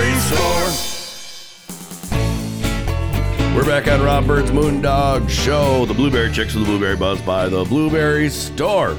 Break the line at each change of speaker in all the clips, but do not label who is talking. dinosaur. We're back on Rob Bird's Moondog Show, the Blueberry Chicks with the Blueberry Buzz by the Blueberry Store.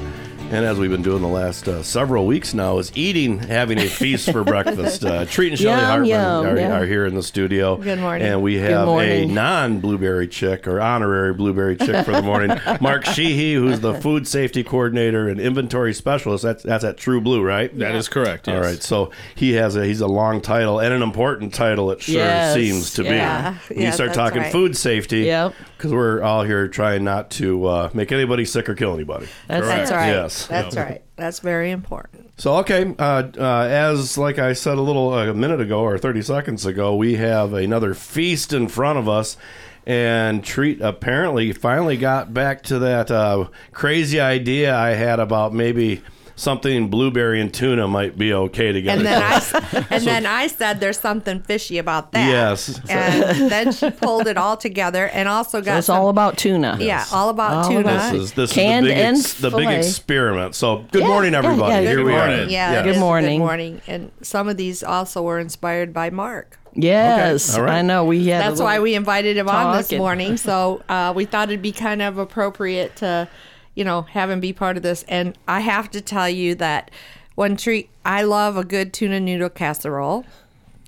And as we've been doing the last uh, several weeks now, is eating, having a feast for breakfast. Uh, Treat and Shelly
Yum,
Hartman
yum,
are,
yum.
are here in the studio.
Good morning.
And we have a
morning.
non-blueberry chick or honorary blueberry chick for the morning, Mark Sheehy, who's the food safety coordinator and inventory specialist. That's that's at True Blue, right?
That is correct.
All right, so he has a he's a long title and an important title. It sure
Yes,
seems to
yeah.
be. When
Yeah,
you start
that's
talking
right.
food safety,
Yep.
because we're all here trying not to uh, make anybody sick or kill anybody.
That's
That's right.
Yes.
That's right. That's very important.
So okay, uh, uh, as like I said a little uh, a minute ago or thirty seconds ago, we have another feast in front of us, and treat apparently finally got back to that uh, crazy idea I had about maybe something blueberry and tuna might be okay together.
And then I s- and then I said there's something fishy about that.
Yes.
And then she pulled it all together and also got
It's
some-
all about tuna.
yeah, all about
All
tuna.
about-
This is this
Canned
is the big ex-
and
the big
filet.
experiment. So good
Yeah,
morning,
yeah,
everybody.
yeah,
Here
good
we
morning.
are.
Yeah,
Good
it is a
morning.
Good morning. And some of these also were inspired by Mark.
Yes,
Okay. All right.
I know. We had. a
That's
little-
why we invited him on this
talking.
morning. So uh, we thought it'd be kind of appropriate to, you know, have him be part of this. And I have to tell you that one treat I love a good tuna noodle casserole,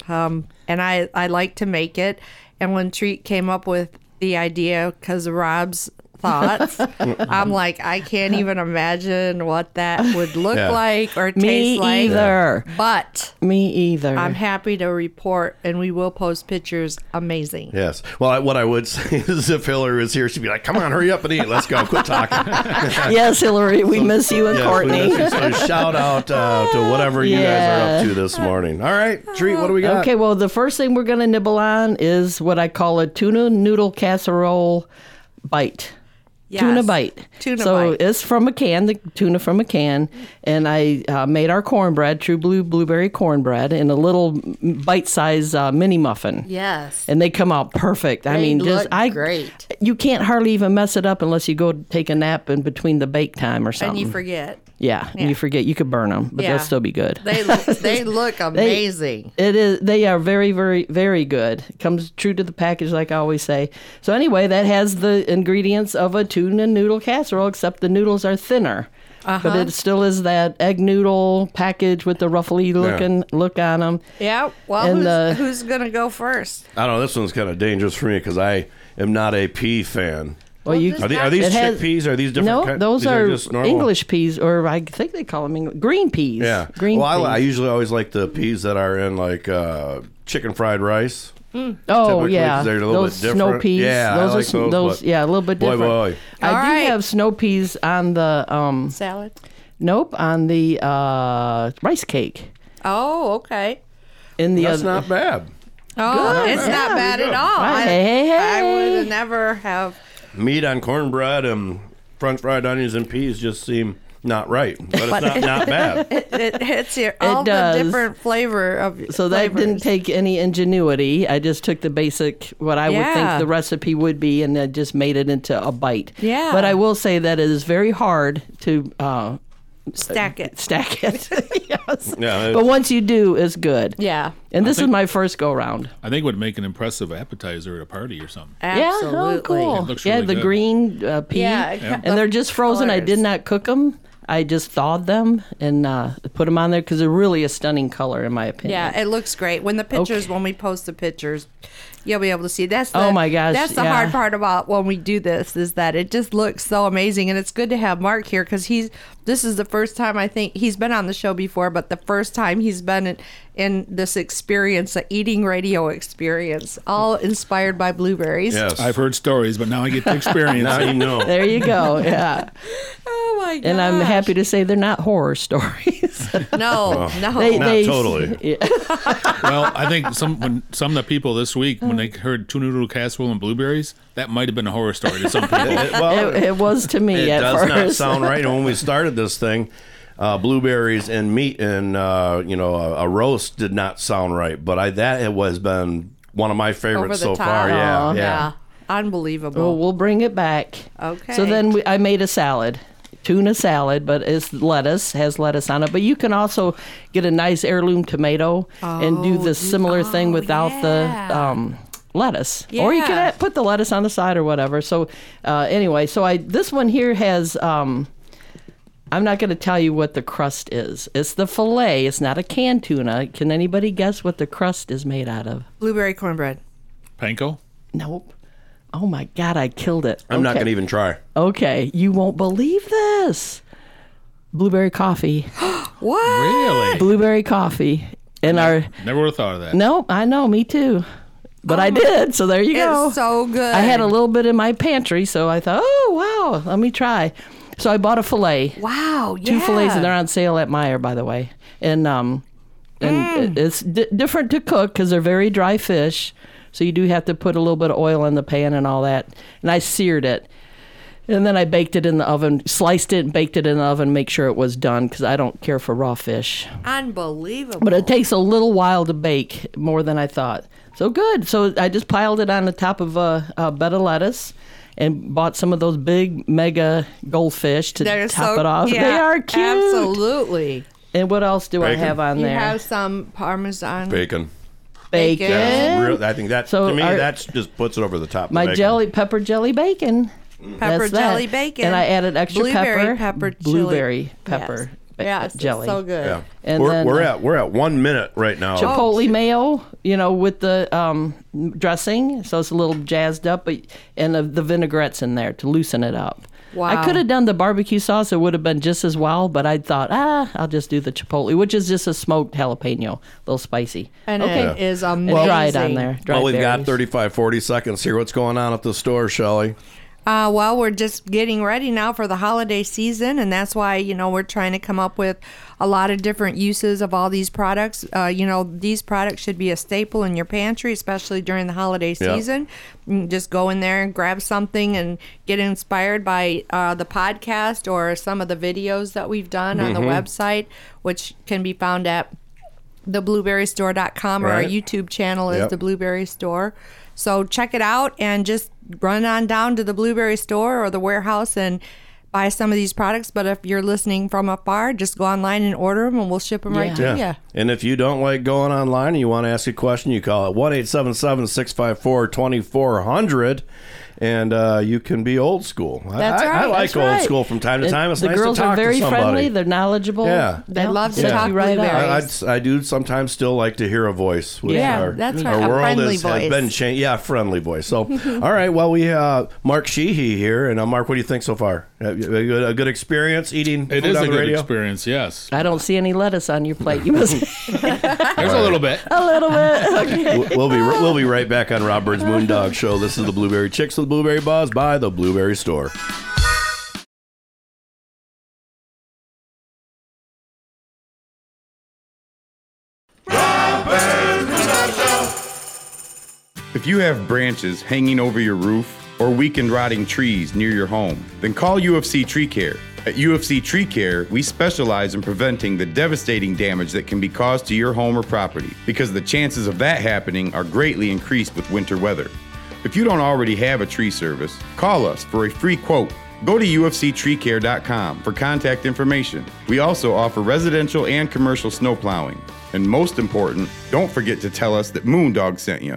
um, and I I like to make it. And when Treat came up with the idea because Rob's thoughts, I'm like I can't even imagine what that would look
Yeah.
like or
Me
taste like.
either.
But
Me either.
I'm happy to report, and we will post pictures. Amazing.
Yes. Well, I, what I would say is if Hillary was here, she'd be like, "Come on, hurry up and eat. Let's go. Quit talking."
yes, Hillary, we miss you and
Yes, we
Courtney.
miss you. so shout out uh, to whatever you guys are up to this morning. All right, treat. What do we got?
Okay, well, the first thing we're going to nibble on is what I call a tuna noodle casserole bite. Tuna
Yes.
bite.
Tuna
so
bite.
it's from a can, the tuna from a can, and I uh, made our cornbread, true blue blueberry cornbread, in a little bite-sized uh, mini muffin.
Yes.
and they come out perfect. I
They
mean, just
look
I
great.
You can't hardly even mess it up unless you go take a nap in between the bake time or
And
something.
you forget.
yeah, and you forget you could burn them, but
Yeah.
they'll still be good.
They look, they look amazing.
It is. They are very, very, very good. Comes true to the package, like I always say. So anyway, that has the ingredients of a tuna noodle casserole, except the noodles are thinner.
Uh-huh.
But it still is that egg noodle package with the ruffly looking look on them.
yeah. Well,
And uh,
who's,
the-
who's going to go first?
I don't know. This one's kind of dangerous for me because I am not a pea fan.
Well, you
this
Are, the, are these
It has-
chickpeas? Are these different?
No,
kind-
those
these
are,
just normal?
English peas, or I think they call them Eng- green peas.
Yeah.
green
well, I, li- I
peas.
usually always like the peas that are in like uh, chicken fried rice.
oh
typically,
yeah,
'cause they're a little
those
bit different.
snow peas.
Yeah, I
those
like
are sn-
those,
those.
but-
Yeah, a little bit
Boy,
different.
boy.
I
All
do
right.
have snow peas on the um.
Salad.
Nope, on the uh, rice cake.
Oh, okay.
In the
That's
other,
not bad.
Oh, it's not bad at all.
Right.
I,
Hey, hey,
I
hey.
would have never have.
meat on cornbread and french fried onions and peas just seem not right but it's not, not bad
It, it's your, all
does.
the different flavor of
so that didn't
flavors.
take any ingenuity. I just took the basic what I would
Yeah.
think the recipe would be, and I just made it into a bite.
Yeah.
But I will say that it is very hard to uh,
stack it.
stack it. yes.
Yeah, it-
But once you do, it's good.
Yeah.
And this is my first go round.
I think it would make an impressive appetizer at a party or something.
Absolutely.
Yeah, oh, cool.
It looks
yeah,
really
the
good.
green uh, pea.
Yeah, it kept
and they're
the
just frozen. I did
colors.
not cook them. I just thawed them and uh, put them on there because they're really a stunning color, in my opinion.
Yeah, it looks great. When the pictures, when we post the pictures, you'll be able to see. That's the,
Oh my gosh,
That's the
yeah.
hard part about when we do this is that it just looks so amazing, and it's good to have Mark here because he's. This is the first time I think he's been on the show before, but the first time he's been in, in this experience, the eating radio experience, all inspired by blueberries.
yes
I've heard stories, but now I get to experience
now you
it.
know
There you go. Yeah.
Oh my god!
and I'm happy to say they're not horror stories.
Oh. No, no.
They-
not
they-
totally
Well, I think some when some of the people this week when they heard tuna noodle casserole and blueberries, that might have been a horror story to some people.
It- well
it, it was to
it
me at
does
first.
not sound right and when we started this thing uh, blueberries and meat and uh, you know a, a roast did not sound right but i that it was been one of my
over the
favorites so
top.
far
Oh,
yeah, yeah
unbelievable.
Well, we'll bring it back.
Okay.
So then we, I made a salad. tuna salad, but it's lettuce, has lettuce on it. But you can also get a nice heirloom tomato and
Oh,
do the similar thing without the
yeah.
um, lettuce. Or you can
Yeah.
add, put the lettuce on the side or whatever. So uh, anyway, so I this one here has. Um, I'm not going to tell you what the crust is. It's the fillet. It's not a canned tuna. Can anybody guess what the crust is made out of?
Blueberry cornbread.
Panko?
Nope. Oh my God, I killed it.
I'm not
Okay.
going to even try.
Okay, you won't believe this. Blueberry coffee.
What?
Really?
Blueberry coffee. And our
Never would have thought of that.
no, I know, me too. But I did, so there you go.
Oh, It's so good.
I had a little bit in my pantry, so I thought, oh wow, let me try. So I bought a fillet.
wow.
Two
yeah.
fillets, and they're on sale at Meyer, by the way. And um,
Hmm.
and it- it's di different to cook because they're very dry fish, so you do have to put a little bit of oil in the pan and all that. And I seared it, and then I baked it in the oven, sliced it, and baked it in the oven, make sure it was done because I don't care for raw fish.
Unbelievable.
But it takes a little while to bake, more than I thought. So good. So I just piled it on the top of a, a bed of lettuce. And bought some of those big mega goldfish to
They're
top
so,
it off.
Yeah,
they are cute.
Absolutely.
And what else do
Bacon.
I have on
You
there?
have some Parmesan.
Bacon.
bacon.
That's real, I think that
Eh? So
to me
our-
that's just puts it over the top.
My
the bacon.
jelly pepper jelly bacon.
Mm. Pepper
That's that.
jelly bacon.
And I added extra
blueberry
pepper.
pepper chili.
Blueberry pepper ba-
Yes. Yes,
jelly.
It's so good.
Yeah.
And
we're,
then-
we're at we're at one minute right now.
Chipotle
Oh.
mayo, you know, with the um, dressing, so it's a little jazzed up, but and the, the vinaigrettes in there to loosen it up.
Wow.
I could have done the barbecue sauce; it would have been just as well. But I thought, ah, I'll just do the chipotle, which is just a smoked jalapeno, a little spicy.
And
okay,
it is
and
amazing.
dry it on there. Dry
well, we've got
berries.
35, 40 seconds here. What's going on at the store, Shelley?
Uh, well, we're just getting ready now for the holiday season, and that's why you know we're trying to come up with a lot of different uses of all these products. Uh, you know, these products should be a staple in your pantry, especially during the holiday
Yeah.
season. You can just go in there and grab something and get inspired by uh, the podcast or some of the videos that we've done on
Mm-hmm.
the website, which can be found at theblueberrystore.com or our
Right.
YouTube channel is
Yep.
the Blueberry Store. So check it out and just run on down to the Blueberry Store or the warehouse and buy some of these products. But if you're listening from afar, just go online and order them and we'll ship them right to
Yeah.
you.
And if you don't like going online and you want to ask a question, you call it 1 877 654 2400. And uh, you can be old school. I-
That's
I,
right.
I like
that's
old
right.
school from time to
And
time. It's
the
nice
girls
to talk
are very
to somebody.
friendly. They're knowledgeable.
Yeah.
They love to
Yeah.
talk
You right out.
blueberries.
I, I'd- I do sometimes still like to hear a voice. which
Yeah,
our,
that's right,
Our
a
world
friendly
has, has
voice.
been changed. Yeah, friendly voice. So, all right. Well, we uh, Mark Sheehy here, and uh, Mark, what do you think so far? A a good, a good experience eating.
It
food
is
on
a
the
good
radio?
experience, yes.
I don't see any lettuce on your plate. You must
There's a little bit.
a little bit.
We'll- We'll be we'll be right back on Rob Bird's Moondog Show. This is the Blueberry Chicks with Blueberry Buzz by the Blueberry Store.
If you have branches hanging over your roof or weakened rotting trees near your home, then call UFC Tree Care. At UFC Tree Care, we specialize in preventing the devastating damage that can be caused to your home or property because the chances of that happening are greatly increased with winter weather. If you don't already have a tree service, call us for a free quote. Go to ufctreecare.com for contact information. We also offer residential and commercial snow plowing. And most important, don't forget to tell us that Moondog sent you.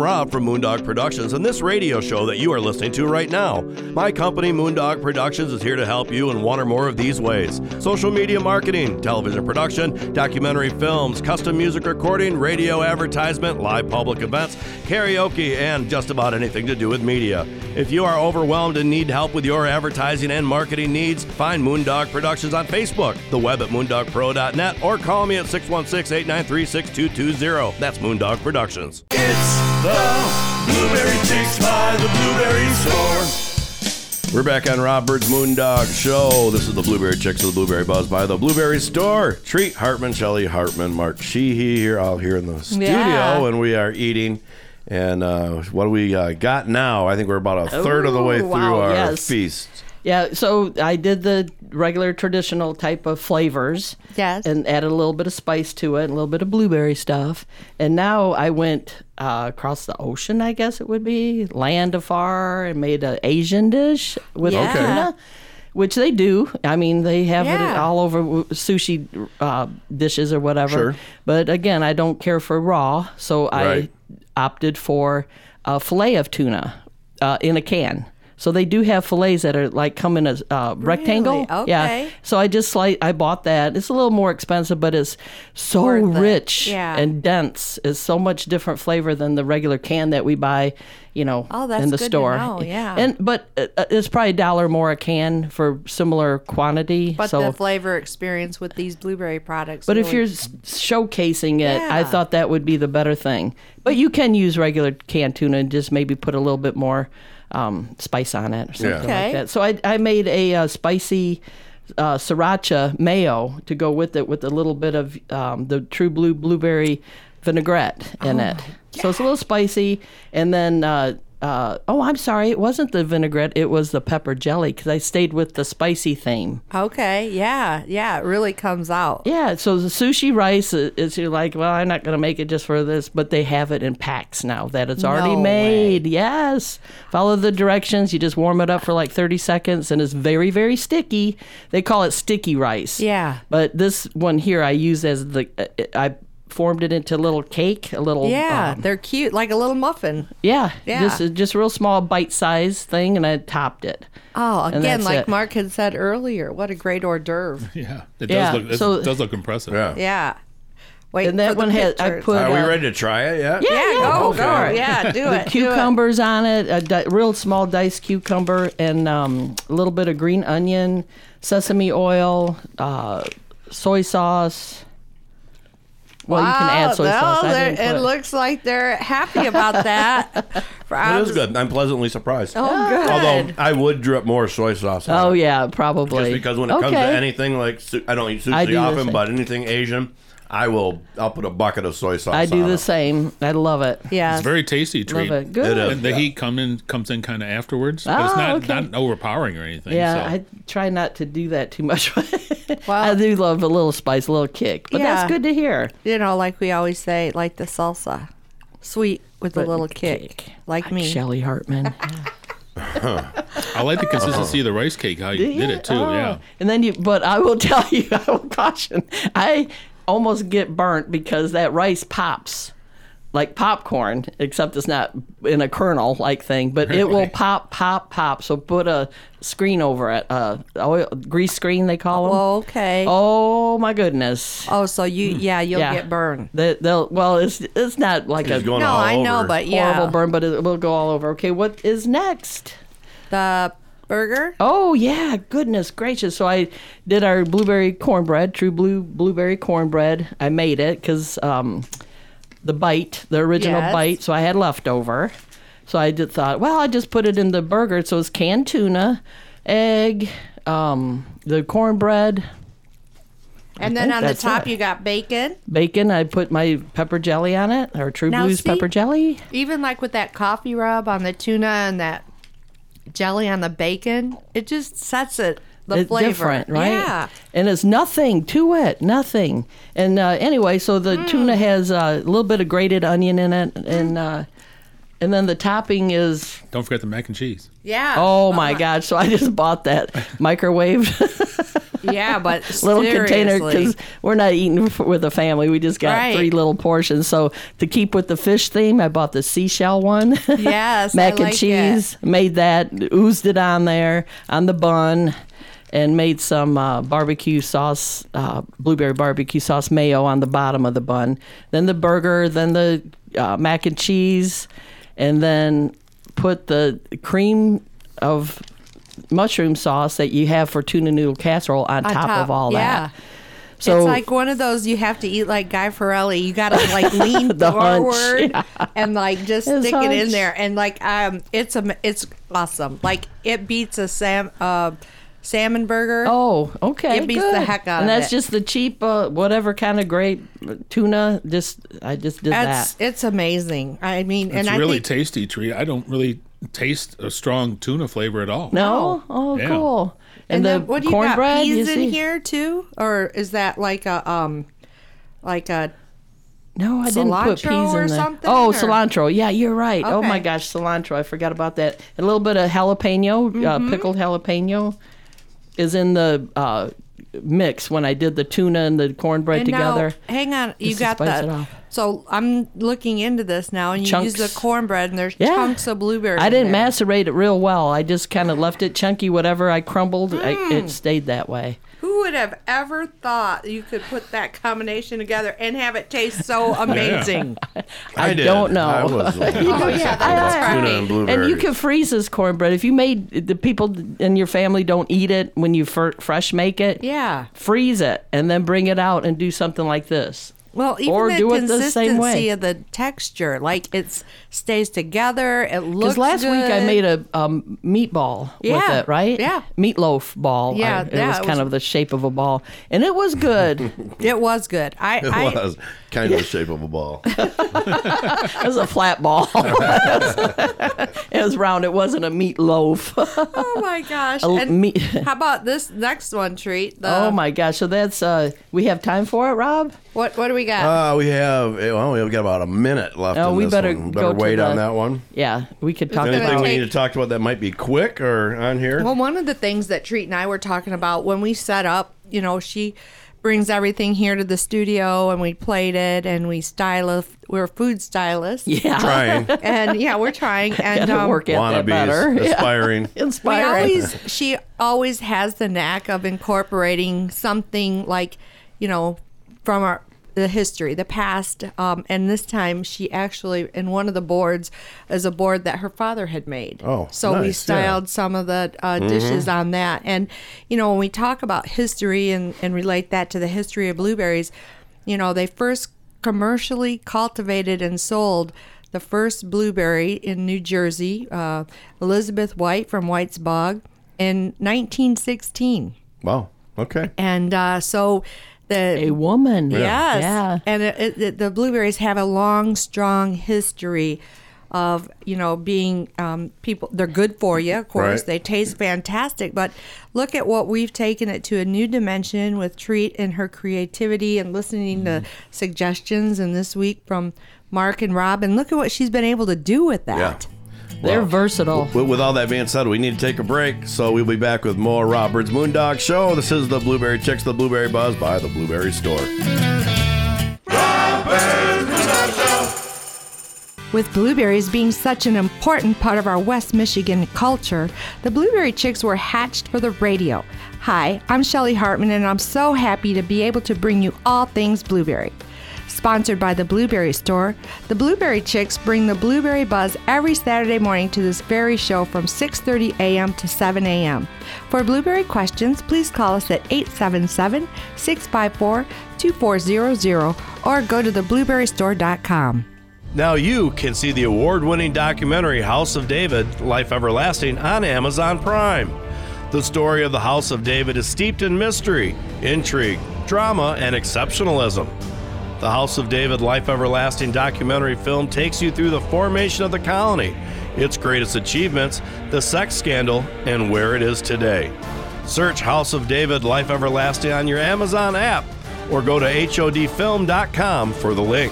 Rob from Moondog Productions and this radio show that you are listening to right now. My company, Moondog Productions, is here to help you in one or more of these ways social media marketing, television production, documentary films, custom music recording, radio advertisement, live public events, karaoke, and just about anything to do with media. If you are overwhelmed and need help with your advertising and marketing needs, find Moondog Productions on Facebook, the web at moondogpro.net, or call me at 616 893 6220. That's Moondog Productions. It's the Blueberry Chicks by the Blueberry Store. We're back on Rob Bird's Moondog Show. This is the Blueberry Chicks of the Blueberry Buzz by the Blueberry Store. Treat Hartman, Shelley Hartman, Mark Sheehy here, all here in the studio,
Yeah.
and we are eating. And uh, what do we uh, got now? I think we're about a third of the way
Ooh,
through
wow,
our
yes.
feast.
Yeah, so I did the regular traditional type of flavors.
Yes.
And added a little bit of spice to it, and a little bit of blueberry stuff. And now I went uh, across the ocean, I guess it would be, land afar, and made an Asian dish with
Yeah. Okay.
tuna, which they do. I mean, they have it
Yeah.
all over w- sushi uh, dishes or whatever.
Sure.
But again, I don't care for raw, so I
Right.
opted for a fillet of tuna uh, in a can. So they do have fillets that are like come in a uh, rectangle. Yeah.
Okay.
So I just like I bought that. It's a little more expensive, but it's so
Worth it.
rich
Yeah.
and dense. It's so much different flavor than the regular can that we buy, you know,
Oh, that's
in the
good to
store.
know, yeah.
And but uh, uh, it's probably a dollar more a can for similar quantity.
But
so
the flavor experience with these blueberry products.
but if
really-
you're s- showcasing it, I
Yeah.
thought that would be the better thing. But you can use regular canned tuna and just maybe put a little bit more um, spice on it or something
Yeah.
Okay.
like that. So I, I made a uh, spicy uh, sriracha mayo to go with it with a little bit of um, the true blue blueberry vinaigrette in
Oh,
it. So it's a little spicy. And then, uh, uh, oh, I'm sorry. It wasn't the vinaigrette. It was the pepper jelly because I stayed with the spicy theme.
okay, yeah, yeah, it really comes out.
Yeah, so the sushi rice i- is you're like, well, I'm not going to make it just for this, but they have it in packs now that it's already
No
made. Yes. Follow the directions. You just warm it up for like 30 seconds and it's very, very sticky. They call it sticky rice.
Yeah.
But this one here I use as the, uh, I formed it into a little cake, a little.
Yeah,
um,
they're cute, like a little muffin.
yeah.
Yeah.
Just, just a real small bite sized thing and I topped it.
Oh,
And
again,
that's
like
it.
Mark had said earlier, what a great hors d'oeuvre.
Yeah, it
Yeah,
does look.
so-
it does look impressive.
Yeah.
Yeah. Wait,
And that
for the
one had, I
pictures.
put.
Are we
uh,
ready to try it yet?
Yeah,
Yeah,
go,
go for
go.
it.
Yeah, do it. do it.
cucumbers on it, a di- real small diced cucumber, and um, a little bit of green onion, sesame oil, uh, soy sauce. Well, you can add soy
no,
sauce. I
they're-
didn't
It
put-
looks like they're happy about that. For
It is
obs-
good. I'm pleasantly surprised.
Oh, good.
Although I would drip more soy sauce. on
Oh
it.
yeah, probably.
Just because when it comes to
Okay.
anything like su- I don't eat
I do
sushi
the
often,
same.
but anything Asian, I will. I'll put a bucket of soy sauce.
I do
on
the
it.
same. I love it.
yeah.
It's very tasty treat.
Love it. Good.
It is.
And the heat come in, comes in kind of afterwards, but it's
Oh,
not,
okay.
not overpowering or anything.
Yeah,
so.
I try not to do that too much. I
Well-
do love a little spice, a little kick, but
Yeah.
that's good to hear.
you know, like we always say, like the salsa, sweet with a little kick, like me.
Shelly Hartman.
I like the consistency of the rice cake. How you did it too.
Oh.
Yeah.
And then you, but I will tell you, I will caution. I almost get burnt because that rice pops like popcorn, except it's not in a kernel like thing, but it will
Right.
pop, pop, pop. So put a screen over it, uh, oil, grease screen they call them.
Oh, okay. Oh,
Oh my goodness!
so you, yeah, you'll
Yeah.
get burned.
They, will well, it's it's not like
It's
a
going
No,
all
I know,
over.
but yeah,
horrible burn, but it will go all over. Okay, what is next?
the burger.
Oh yeah, goodness gracious! So I did our blueberry cornbread, true blue blueberry cornbread. I made it because um, the bite, the original
Yes.
bite. So I had leftover. So I just thought, well, I just put it in the burger. So it's canned tuna, egg, um, the cornbread,
and then
think
on the
that's
top,
it.
you got bacon.
bacon. I put my pepper jelly on it, or True
Now,
Blue's
see-
pepper jelly.
Even like with that coffee rub on the tuna and that jelly on the bacon, it just sets it the
it's
flavor.
different, right?
Yeah.
And it's nothing to it, nothing. And uh, anyway, so the
Mm.
tuna has uh, a little bit of grated onion in it, and uh, and then the topping is
Don't forget the mac and cheese.
Yeah.
oh my gosh! So I just bought that microwaved
Yeah, but
little container
seriously.
because we're not eating f- with a family. We just got
Right.
three little portions. So to keep with the fish theme, I bought the seashell one.
Yes, I
mac and
like it.
cheese. Made that, oozed it on there on the bun, and made some uh, barbecue sauce, uh, blueberry barbecue sauce mayo on the bottom of the bun. Then the burger, then the uh, mac and cheese, and then put the cream of mushroom sauce that you have for tuna noodle casserole on, top,
top,
of all
yeah.
that. So
it's like one of those you have to eat like Guy Fieri. You got to like lean
The hunch,
forward and like just
His
stick it in
hunch.
there. And like um, it's a it's awesome. Like it beats a sam uh, salmon burger.
Oh, okay.
It beats the
good.
heck out
and
of
that's
it.
just the cheap, uh, whatever kind of grape tuna. Just I just did
That's
that.
it's amazing. I mean,
It's
and I
really
think
tasty treat. I don't really taste a strong tuna flavor at all.
No, oh,
Yeah.
cool. And,
then
the
what do you
cornbread.
got? Peas
you
in
see-
here too, or is that like a um, like a
No, I didn't put
Cilantro
peas in
or
there.
something,
oh,
or-
cilantro. Yeah, you're right. Oh my
Okay.
gosh, cilantro. I forgot about that. A little bit of jalapeno, uh,
Mm-hmm.
pickled jalapeno, is in the uh, mix when I did the tuna and the cornbread
And now-
together.
hang on, you
Just to
got
spice
that.
it up.
So I'm looking into this now, and you use
Chunks.
the cornbread, and there's
Yeah.
chunks of blueberry.
I
in
didn't
there.
macerate it real well. I just kind of left it chunky, whatever I crumbled. I,
Mm.
it stayed that way.
Who would have ever thought you could put that combination together and have it taste so amazing?
I, did.
don't know.
I was like,
Oh yeah, that's
tuna
right.
and blueberries.
And you can freeze this cornbread. If you made the people in your family don't eat it when you fir- fresh make it,
Yeah.
freeze it and then bring it out and do something like this.
Well, even
Or
the
do it the
consistency
same way.
of the texture, like it stays together. It looks.
Because last week I
good.
made a um, meatball
Yeah,
with it, right?
yeah.
meatloaf ball.
Yeah,
I- it
yeah,
was
it
kind
was-
of the shape of a ball, and it was good.
It was good. I,
It
I
was kind of the shape of a ball.
It was a flat ball. it was round. It wasn't a meatloaf.
Oh my gosh!
Oh,
And
me-
how about this next one treat? The,
oh my gosh! So that's uh, we have time for it, Rob.
What what do we got?
Uh, we have well, we've got about a minute left.
Oh,
in
we
this
better
one.
go
better
to
wait on
the-
that one.
Yeah, we could talk
Anything
about.
we
take-
need to talk about that might be quick or on here?
well, one of the things that Treat and I were talking about when we set up, you know, she brings everything here to the studio, and we played it, and we style. We're food stylists,
Yeah,
Trying,
and yeah, we're trying. And
gotta
um,
work at that better.
wannabes,
Yeah.
aspiring.
we
Inspiring.
always she always has the knack of incorporating something like you know from our the history the past um, and this time she actually in one of the boards is a board that her father had made
Oh,
so
nice,
we
yeah. Mm-hmm.
styled some of the uh, dishes on that and you know when we talk about history and, and relate that to the history of blueberries you know they first commercially cultivated and sold the first blueberry in New Jersey, uh, Elizabeth White from White's Bog, in 1916.
Wow. Okay.
And uh, so the.
a woman.
Yes.
Yeah.
And it, it, the- the blueberries have a long, strong history of, you know, being um, people, they're good for you, of course.
Right.
They taste fantastic. But look at what we've taken it to a new dimension with Treat and her creativity and listening
Mm-hmm.
to suggestions. And this week from Mark and Rob. And look at what she's been able to do with
Yeah.
that.
They're
Well,
versatile.
With, with all that being said, we need to take a break, so we'll be back with more Robert's Moondog Show. This is the Blueberry Chicks, the Blueberry Buzz by the Blueberry Store.
With blueberries being such an important part of our West Michigan culture, the Blueberry Chicks were hatched for the radio. Hi, I'm Shelly Hartman, and I'm so happy to be able to bring you all things blueberry. Sponsored by the Blueberry Store, the Blueberry Chicks bring the blueberry buzz every Saturday morning to this very show from 6:30 a.m. to 7 a.m. For blueberry questions, please call us at 877-654-2400 or go to theblueberrystore.com.
Now you can see the award winning documentary House of David Life Everlasting on Amazon Prime. The story of the House of David is steeped in mystery, intrigue, drama, and exceptionalism. The House of David Life Everlasting documentary film takes you through the formation of the colony, its greatest achievements, the sex scandal, and where it is today. Search House of David Life Everlasting on your Amazon app or go to HODfilm.com for the link.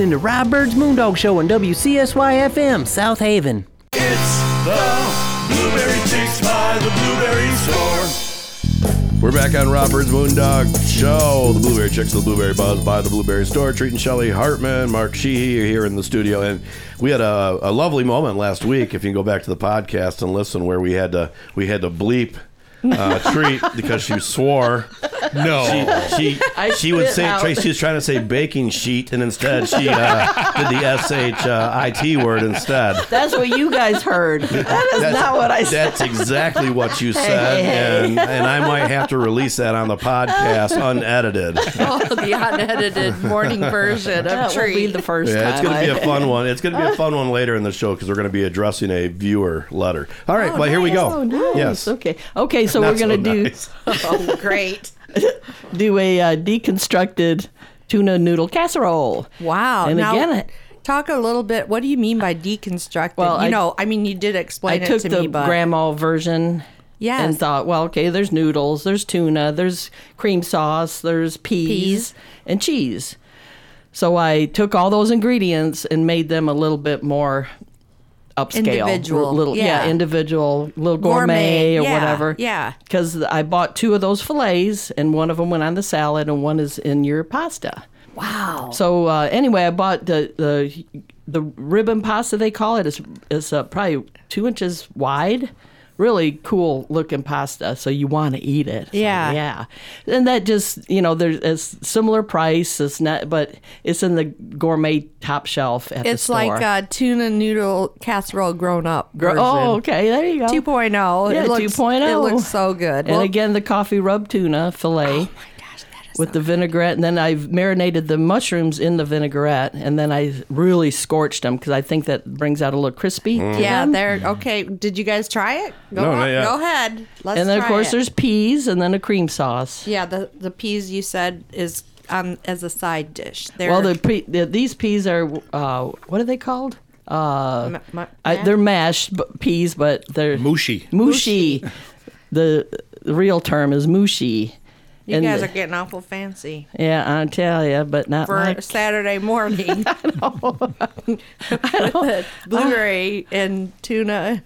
to Rob Bird's Moondog Show on WCSY FM, South Haven.
It's the Blueberry Chicks by the Blueberry Store.
We're back on Robert's Moondog Show. The Blueberry Chicks, the Blueberry Buzz by the Blueberry Store. Treating Shelley Hartman, Mark Sheehy are here in the studio. And we had a, a lovely moment last week, if you can go back to the podcast and listen, where we had to, we had to bleep uh, Treat because she swore.
No.
She,
I
she would
spit
say,
out.
Trace, she was trying to say baking sheet, and instead she uh, did the S-H-I-T word instead.
That's what you guys heard. That is not what I said.
That's exactly what you said, and and I might have to release that on the podcast unedited.
Oh, the unedited morning version
That
of
will
tree.
be the first
Yeah,
time.
it's going to
I-
be a fun one. It's going to be a fun one later in the show because we're going to be addressing a viewer letter. All right, well here we go.
Oh, nice.
Yes,
Okay. Okay. So
Not
we're gonna
so
do
nice.
oh, great.
do a uh, deconstructed tuna noodle casserole.
Wow.
And
now,
again,
talk a little bit. What do you mean by deconstructed?
Well,
you
I-
know, I mean, you did
I
explain it
took
to
the
me, but
grandma version.
Yes.
And thought, well, okay, there's noodles, there's tuna, there's cream sauce, there's peas,
Peas.
and cheese. So I took all those ingredients and made them a little bit more upscale.
Individual,
Little, yeah.
yeah.
individual, little gourmet,
Gourmet,
or
yeah,
whatever.
yeah.
Because I bought two of those fillets, and one of them went on the salad, and one is in your pasta.
wow.
So uh, anyway, I bought the the the ribbon pasta they call it. It's it's uh, probably two inches wide. Really cool looking pasta, so you want to eat it. So,
Yeah.
yeah, and that just you know there's it's similar price. It's not, but it's in the gourmet top shelf at the
It's
store.
like a tuna noodle casserole grown up.
Gro- oh,
version.
okay, there you go.
2.0.
Yeah,
it looks,
2.0.
It looks so good.
And
Well, Oh
again, the coffee rub tuna fillet. with the vinaigrette, and then I've marinated the mushrooms in the vinaigrette, and then I really scorched them because I think that brings out a little crispy. to
yeah,
them.
there. Okay. Did you guys try it? Go,
No,
on,
not yet.
go ahead. Let's
and then of
try
course
it.
there's peas, and then a cream sauce.
Yeah, the the peas you said is um as a side dish. They're
Well, the, pe- the these peas are uh, what are they called? Uh,
m- m-
I, they're mashed b- peas, but they're
Mushy.
mushy. the, the real term is mushy.
you guys are getting awful fancy
yeah, I tell you, but not
for
like
Saturday morning. With blueberry and tuna.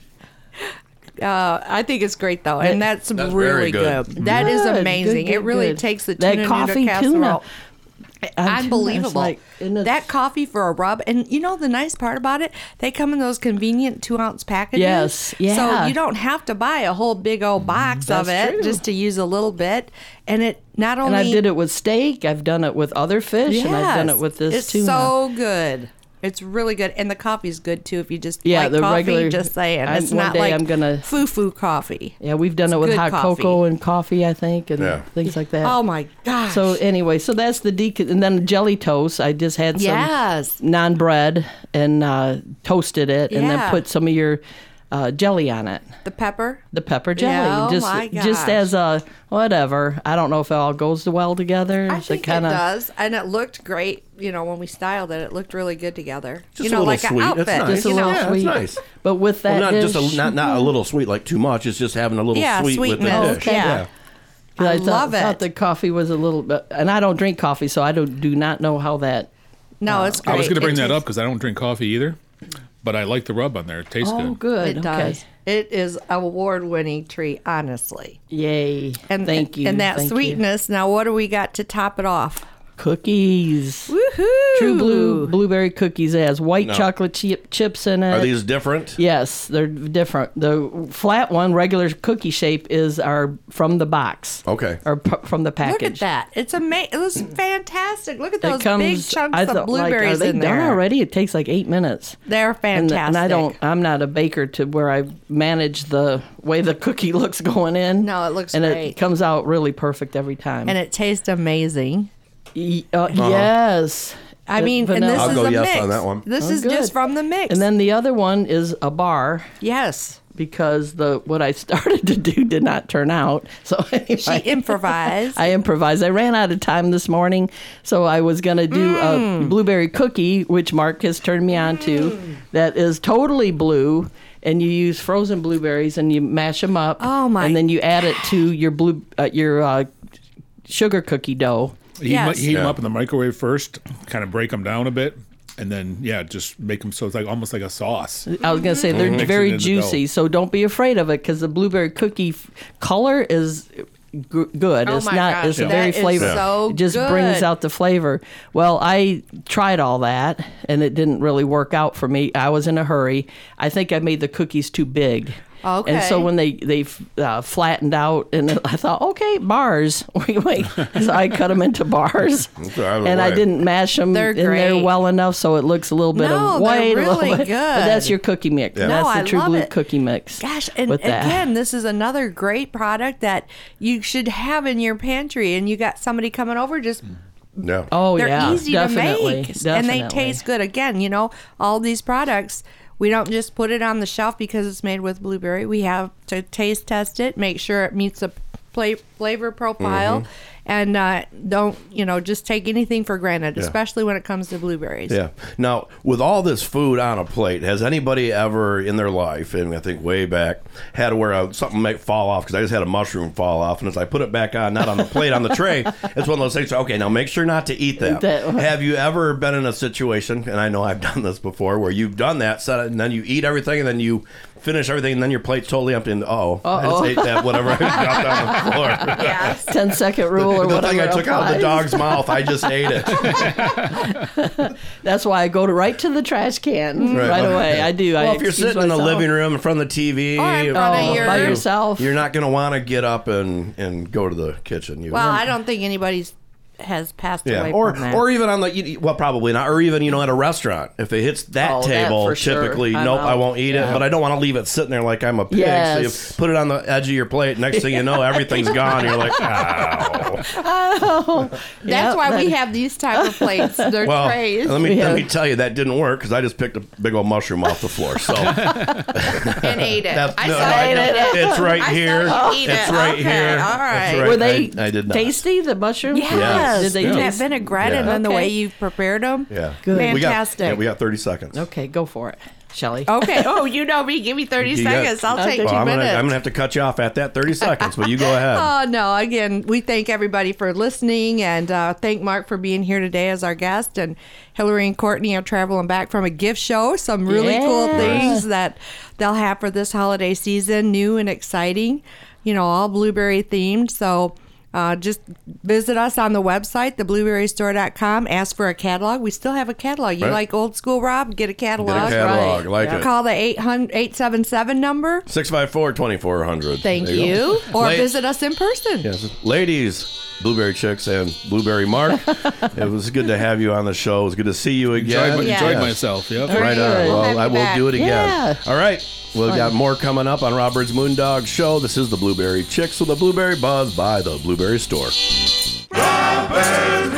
Uh, I think it's great though, and that's, really
very good.
good. That is
Good,
amazing.
good,
it
good,
really
good.
takes the
That
tuna
coffee
noodle
tuna. I'm telling
casserole.
you, it's
Unbelievable.
like- and it's-
that coffee for a rub. And you know the nice part about it? They come in those convenient two ounce packages.
Yes, yeah.
So you don't have to buy a whole big old box of
That's
it
true.
just to use a little bit. And it not only
and I did it with steak. I've done it with other fish, and I've done
Yes.
it with this
It's
tuna.
so good. It's really good, and the coffee's good too. If you just
Yeah,
like
the
coffee,
regular-
Just saying,
I'm-
it's
one
not
day
like
I'm gonna-
foo foo coffee.
yeah, we've done it with
good
hot
coffee.
cocoa and coffee, I think, and
Yeah.
things like that.
Oh my gosh!
So anyway, so that's the decon, and then jelly toast. I just had some
Yes.
non bread and uh, toasted it, and then
Yeah.
put some of your uh, jelly on it,
the pepper.
the pepper jelly,
Yeah, oh
just
my
just
gosh.
as a whatever. I don't know if it all goes well together.
I
It's a
think
kinda-
it does, and it looked great. You know, when we styled it, it looked really good together.
Just
you
a
know,
little
like
sweet.
an
That's
outfit.
nice.
Just a
you
little
know,
Yeah, that's
sweet,
nice.
but with that
Well, not just
dish-
a, not not a little sweet like too much. It's just having a little
Yeah,
sweet with the
sweetness.
dish.
Okay. Yeah.
I,
I
thought,
love it.
thought the coffee was a little, bit, and I don't drink coffee, so I don't do not know how that.
No, it's great.
I was going to
It
bring that
tastes-
up because I don't drink coffee either, but I like the rub on there. It tastes
Oh,
good.
good.
It
okay.
does. It is an award-winning treat, honestly.
Yay!
And
thank you.
And that
thank you.
sweetness. Now, what do we got to top it off?
Cookies.
Woohoo!
True blue blueberry cookies it has white chocolate chip chips in it.
Are these different?
Yes, they're different. The flat one, regular cookie shape, is our from the box.
Okay.
Or p- from the package.
Look at that! It's amazing. It was fantastic. Look at
It
those
comes.
big chunks
I
of
thought, like,
blueberries
are they
in
done
there.
already? It takes like eight minutes.
They're
And,
fantastic.
and I don't. uh, I'm not a baker to where I manage the way the cookie looks going in.
No, it looks
and it
great.
comes out really perfect every time.
And it tastes amazing.
E- uh, Yes.
I
The
mean, and this
vanilla.
I'll
is
go
a
yes
mix.
on that one.
This
Oh,
is
good.
just from the mix.
And then the other one is a bar
yes,
because the what I started to do did not turn out. So anyway,
she improvised.
I improvised. I ran out of time this morning, so I was going to do
Mm.
a blueberry cookie, which Mark has turned me on to, that is totally blue. And you use frozen blueberries and you mash them up.
Oh, my
And then you add it to your blue uh, your uh, sugar cookie dough.
Heat, them up-
Yes.
heat them
Yeah.
up in the microwave first, kind of break them down a bit, and then yeah, just make them so it's like almost like a sauce.
I was going to say they're
Mix it
very
into the dough.
juicy, so don't be afraid of it because the blueberry cookie f- color is gr- good.
Oh
it's
my
not.
gosh,
It's a
that
very
is
flavor.
so
it just brings
good.
out the flavor. Well, I tried all that and it didn't really work out for me. I was in a hurry. I think I made the cookies too big. And so
Okay.
when they they uh, flattened out, and I thought, okay, bars. Wait, wait. So I cut them into bars,
either
and I
way.
didn't mash them
They're
in there
great.
well enough, so it looks a little bit
No,
of
they're
white, a
really
little bit. But
good.
that's your cookie mix.
Yeah. No,
That's the
I
True
love
Blue
it.
cookie mix.
Gosh, and
with that.
again, this is another great product that you should have in your pantry. And you got somebody coming over, just
No.
Oh
they're
yeah,
easy
definitely,
to make, and
definitely.
they taste good. Again, you know, all these products, we don't just put it on the shelf because it's made with blueberry. We have to taste test it, make sure it meets the pla- flavor profile.
Mm-hmm.
And uh, don't you know? Just take anything for granted, especially when it comes to blueberries.
Yeah. Now, with all this food on a plate, has anybody ever in their life, and I think way back, had where uh something might fall off? Because I just had a mushroom fall off, and as I put it back on, not on the plate, on the tray, it's one of those things. Okay, now make sure not to eat that.
That-
have you ever been in a situation, and I know I've done this before, where you've done that, set it, and then you eat everything, and then you finish everything, and then your plate's totally empty, and oh, I just ate that whatever I dropped on the floor.
Yes.
10 second rule or
the
whatever.
thing I took out of the
applies.
dog's mouth, I just ate it.
That's why I go to right to the trash
Mm-hmm.
can
Right.
right, away. I do. I
Well, if you're
excuse
sitting in the
myself.
living room in front of the TV,
Or in front of
Oh,
your-
by
you-
yourself,
you're not going to want to get up and, and go to the kitchen. You
Well, I don't think anybody's has passed
yeah,
away
or
from that.
or even on the you- well, probably not, or even you know at a restaurant if it hits that
Oh, that
table,
for sure.
typically
I'm
nope, I
out.
won't eat it, but I don't want to leave it sitting there like I'm a pig. So
Yes.
you put it on the edge of your plate. Next thing you know, everything's gone. You're like, ow.
That's
Yeah,
why we
that-
have these type of plates. They're
Well,
trays.
let me
Yeah.
let me tell you that didn't work because I just picked a big old mushroom off the floor. So
and ate it.
that's
I
no,
saw
I
you
know.
did it.
It's right
I saw
here.
you eat
It's
it.
right
Okay,
here.
all
That's
right.
right.
Were they
I, I did not.
tasty? The mushrooms?
Yes.
Did they
And that
taste?
vinaigrette and
Yeah.
then the way
Okay.
you prepared them.
Yeah. We got-
Fantastic.
yeah, We got, 30 seconds.
Okay, go for it, Shelley.
okay. Oh, you know me. Give me 30
You got-
seconds. I'll take
Well,
2
I'm going
minutes.
to I'm gonna have to cut you off at that 30 seconds, but you go ahead.
Oh, no. Again, we thank everybody for listening and uh, thank Mark for being here today as our guest. And Hillary and Courtney are traveling back from a gift show. Some really cool
Yeah.
things that they'll have for this holiday season, new and exciting, you know, all blueberry themed. So uh, just visit us on the website, theblueberrystore.com. Ask for a catalog. We still have a catalog. You
Right.
like old school, Rob? Get a catalog.
catalog.
right.
Like it.
Call the 800 877 number.
654 2400.
Thank you. Or
Late-
visit us in person.
Ladies, Blueberry Chicks and Blueberry Mark, it was good to have you on the show. It was good to see you again.
Enjoyed, my-
Yeah.
enjoyed
Yes.
myself. Yep.
Right on.
Good.
Well,
We'll
have
I
you
will
back.
do it again.
Yeah.
All right. We've got more coming up on Robert's Moondog Show. This is the Blueberry Chicks with the Blueberry Buzz by the Blueberry Store.
Robert's